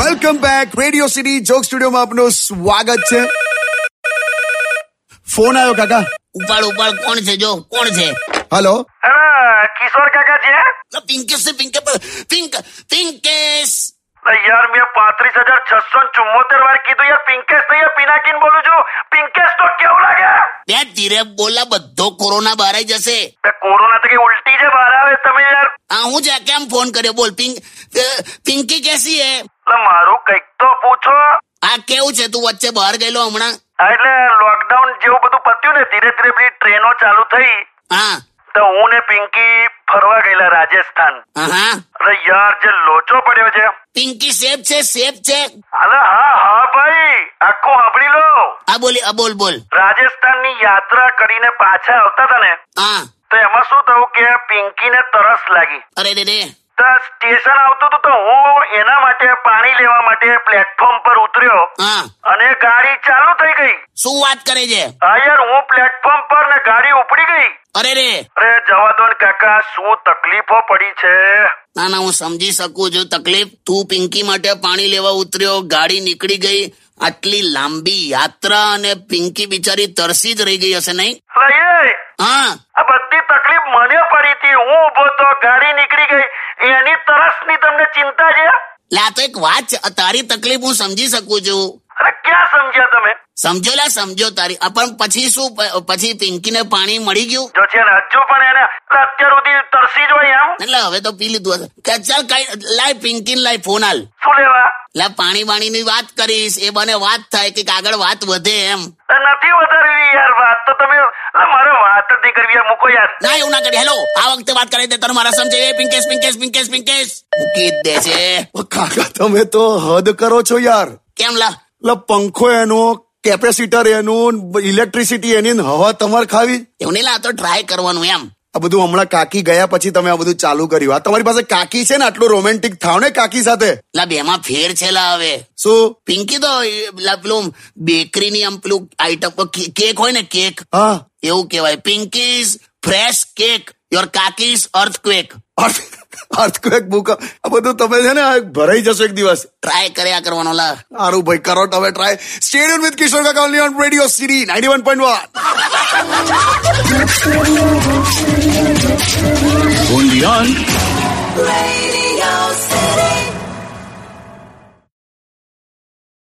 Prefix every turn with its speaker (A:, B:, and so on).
A: Welcome back radio city joke સ્ટુડિયોમાં આપનું સ્વાગત છે ફોન આવ્યો કાકા
B: ઉપાડ ઉપાડ કોણ છે જો કોણ છે
A: હલો
C: હેલો किशोर काका जी हैं
B: લા, પિંકેશ છે પિંકે પિંક પિંકેશ
C: नहीं यार मैं पैंतीस हजार छसो चुम्बोतेर बार कीधु यार पिंकेश नहीं यार पिनाकिन बोलू छू पिंकेश तो केव लागे
B: બે ધીરે બોલા બધો કોરોના બહાર જશે
C: बे, कोरोना तो कहीं उल्टी जे बाहर आवे तमे यार
B: આ હું જા કેમ ફોન કર્યો બોલ પિંક અ, પિંકી કેસી હે
C: એટલે મારું કંઈક તો પૂછો
B: આ કેવું છે તું વચ્ચે બહાર ગયેલો હમણાં
C: હા, એટલે લોકડાઉન જેવું બધું પત્યું ને ધીરે ધીરે પેલી ટ્રેનો ચાલુ થઈ
B: હા
C: તો હું ને પિંકી ફરવા ગયેલા રાજસ્થાન
B: હા, હા
C: અરે યાર જે લોચો પડ્યો છે
B: પિંકી સેફ છે સેફ છે
C: અરે હા હા ભાઈ આખું સાંભળી લો
B: આ બોલી આ બોલ બોલ
C: રાજસ્થાનની યાત્રા કરીને પાછા આવતા હતા ને
B: હા
C: તો એમાં શું થયું કે પિંકીને તરસ લાગી
B: અરે રે રે
C: તો સ્ટેશન આવતું હતું તો હું એના માટે પાણી લેવા માટે પ્લેટફોર્મ પર ઉતર્યો
B: હા
C: અને ગાડી ચાલુ થઈ ગઈ
B: શું વાત કરે છે
C: હા યાર હું પ્લેટફોર્મ પર ને ગાડી ઉપડી ગઈ
B: અરે રે
C: અરે જવા દો ને કાકા શું તકલીફો પડી છે
B: ના ના હું સમજી શકું છું તકલીફ તું પિંકી માટે પાણી લેવા ઉતર્યો ગાડી નીકળી ગઈ આટલી લાંબી યાત્રા અને પિંકી બિચારી તરસી જ રહી ગઈ હશે નહીં
C: એટલે એ
B: હા
C: આ બધી તકલીફ મને પડી હતી હું ઉભો તો ગાડી નીકળી ગઈ એની તરસની તમને ચિંતા છે
B: લે, આ તો એક વાત છે આ તારી તકલીફ હું સમજી શકું છું
C: અરે ક્યાં સમજ્યા તમે
B: સમજો લા સમજો તારી આ પણ પછી શું પ- પછી પિંકીને પાણી મળી ગયું
C: જો છે ને હજુ પણ એને એટલે અત્યાર સુધી તરસી જ હોય એમ
B: એટલે હવે તો પી લીધું હશે કે ચાલ કઈ લાય પિંકીને લાય ફોન હાલ
C: શું લેવા
B: લા પાણી વાણીની વાત કરીશ એ બને વાત થાય કે આગળ વાત વધે એમ
C: એ નથી વધારવી યાર વાત તો તમે એટલે મારે વાત જ નહીં કરવી યાર મૂકો યાર
B: ના એવું ના કરી હેલો આ વખતે વાત કરી દે તારું મારા સમજે એ પિંકેશ પિંકેશ પિંકેશ પિંકેશ મૂકી જ દે છે
A: ઓ કાકા તમે તો હદ કરો છો યાર
B: કેમ લા
A: એટલે પંખો એનો કેપેસિટર એનું ઇલેક્ટ્રિસિટી એની ને હવા તમારે ખાવી
B: એવું નહીં લા આ તો ટ્રાય કરવાનું એમ
A: આ બધું હમણાં કાકી ગયા પછી તમે આ બધું ચાલુ કર્યું આ તમારી પાસે કાકી છે ને આટલું રોમેન્ટિક થાવ ને કાકી સાથે
B: લા બેમાં ફેર છે લા હવે
A: શું
B: પિંકી તો એ, લા પેલું બેકરીની આમ પેલું આઈટમ કેક હોય ને કેક
A: હા
B: એવું કહેવાય પિંકીઝ ફ્રેશ કેક યોર કાકીઝ અર્થક્વેક
A: અર્થક્વેક ભૂકંપ આ બધું તમે છે ને આ ભરાઈ જશો એક દિવસ
B: ટ્રાય કર્યા કરવાનો લા
A: સારું ભાઈ કરો તમે try stadium with Kishore Kaka only on radio city ninety one point one
D: Radio City.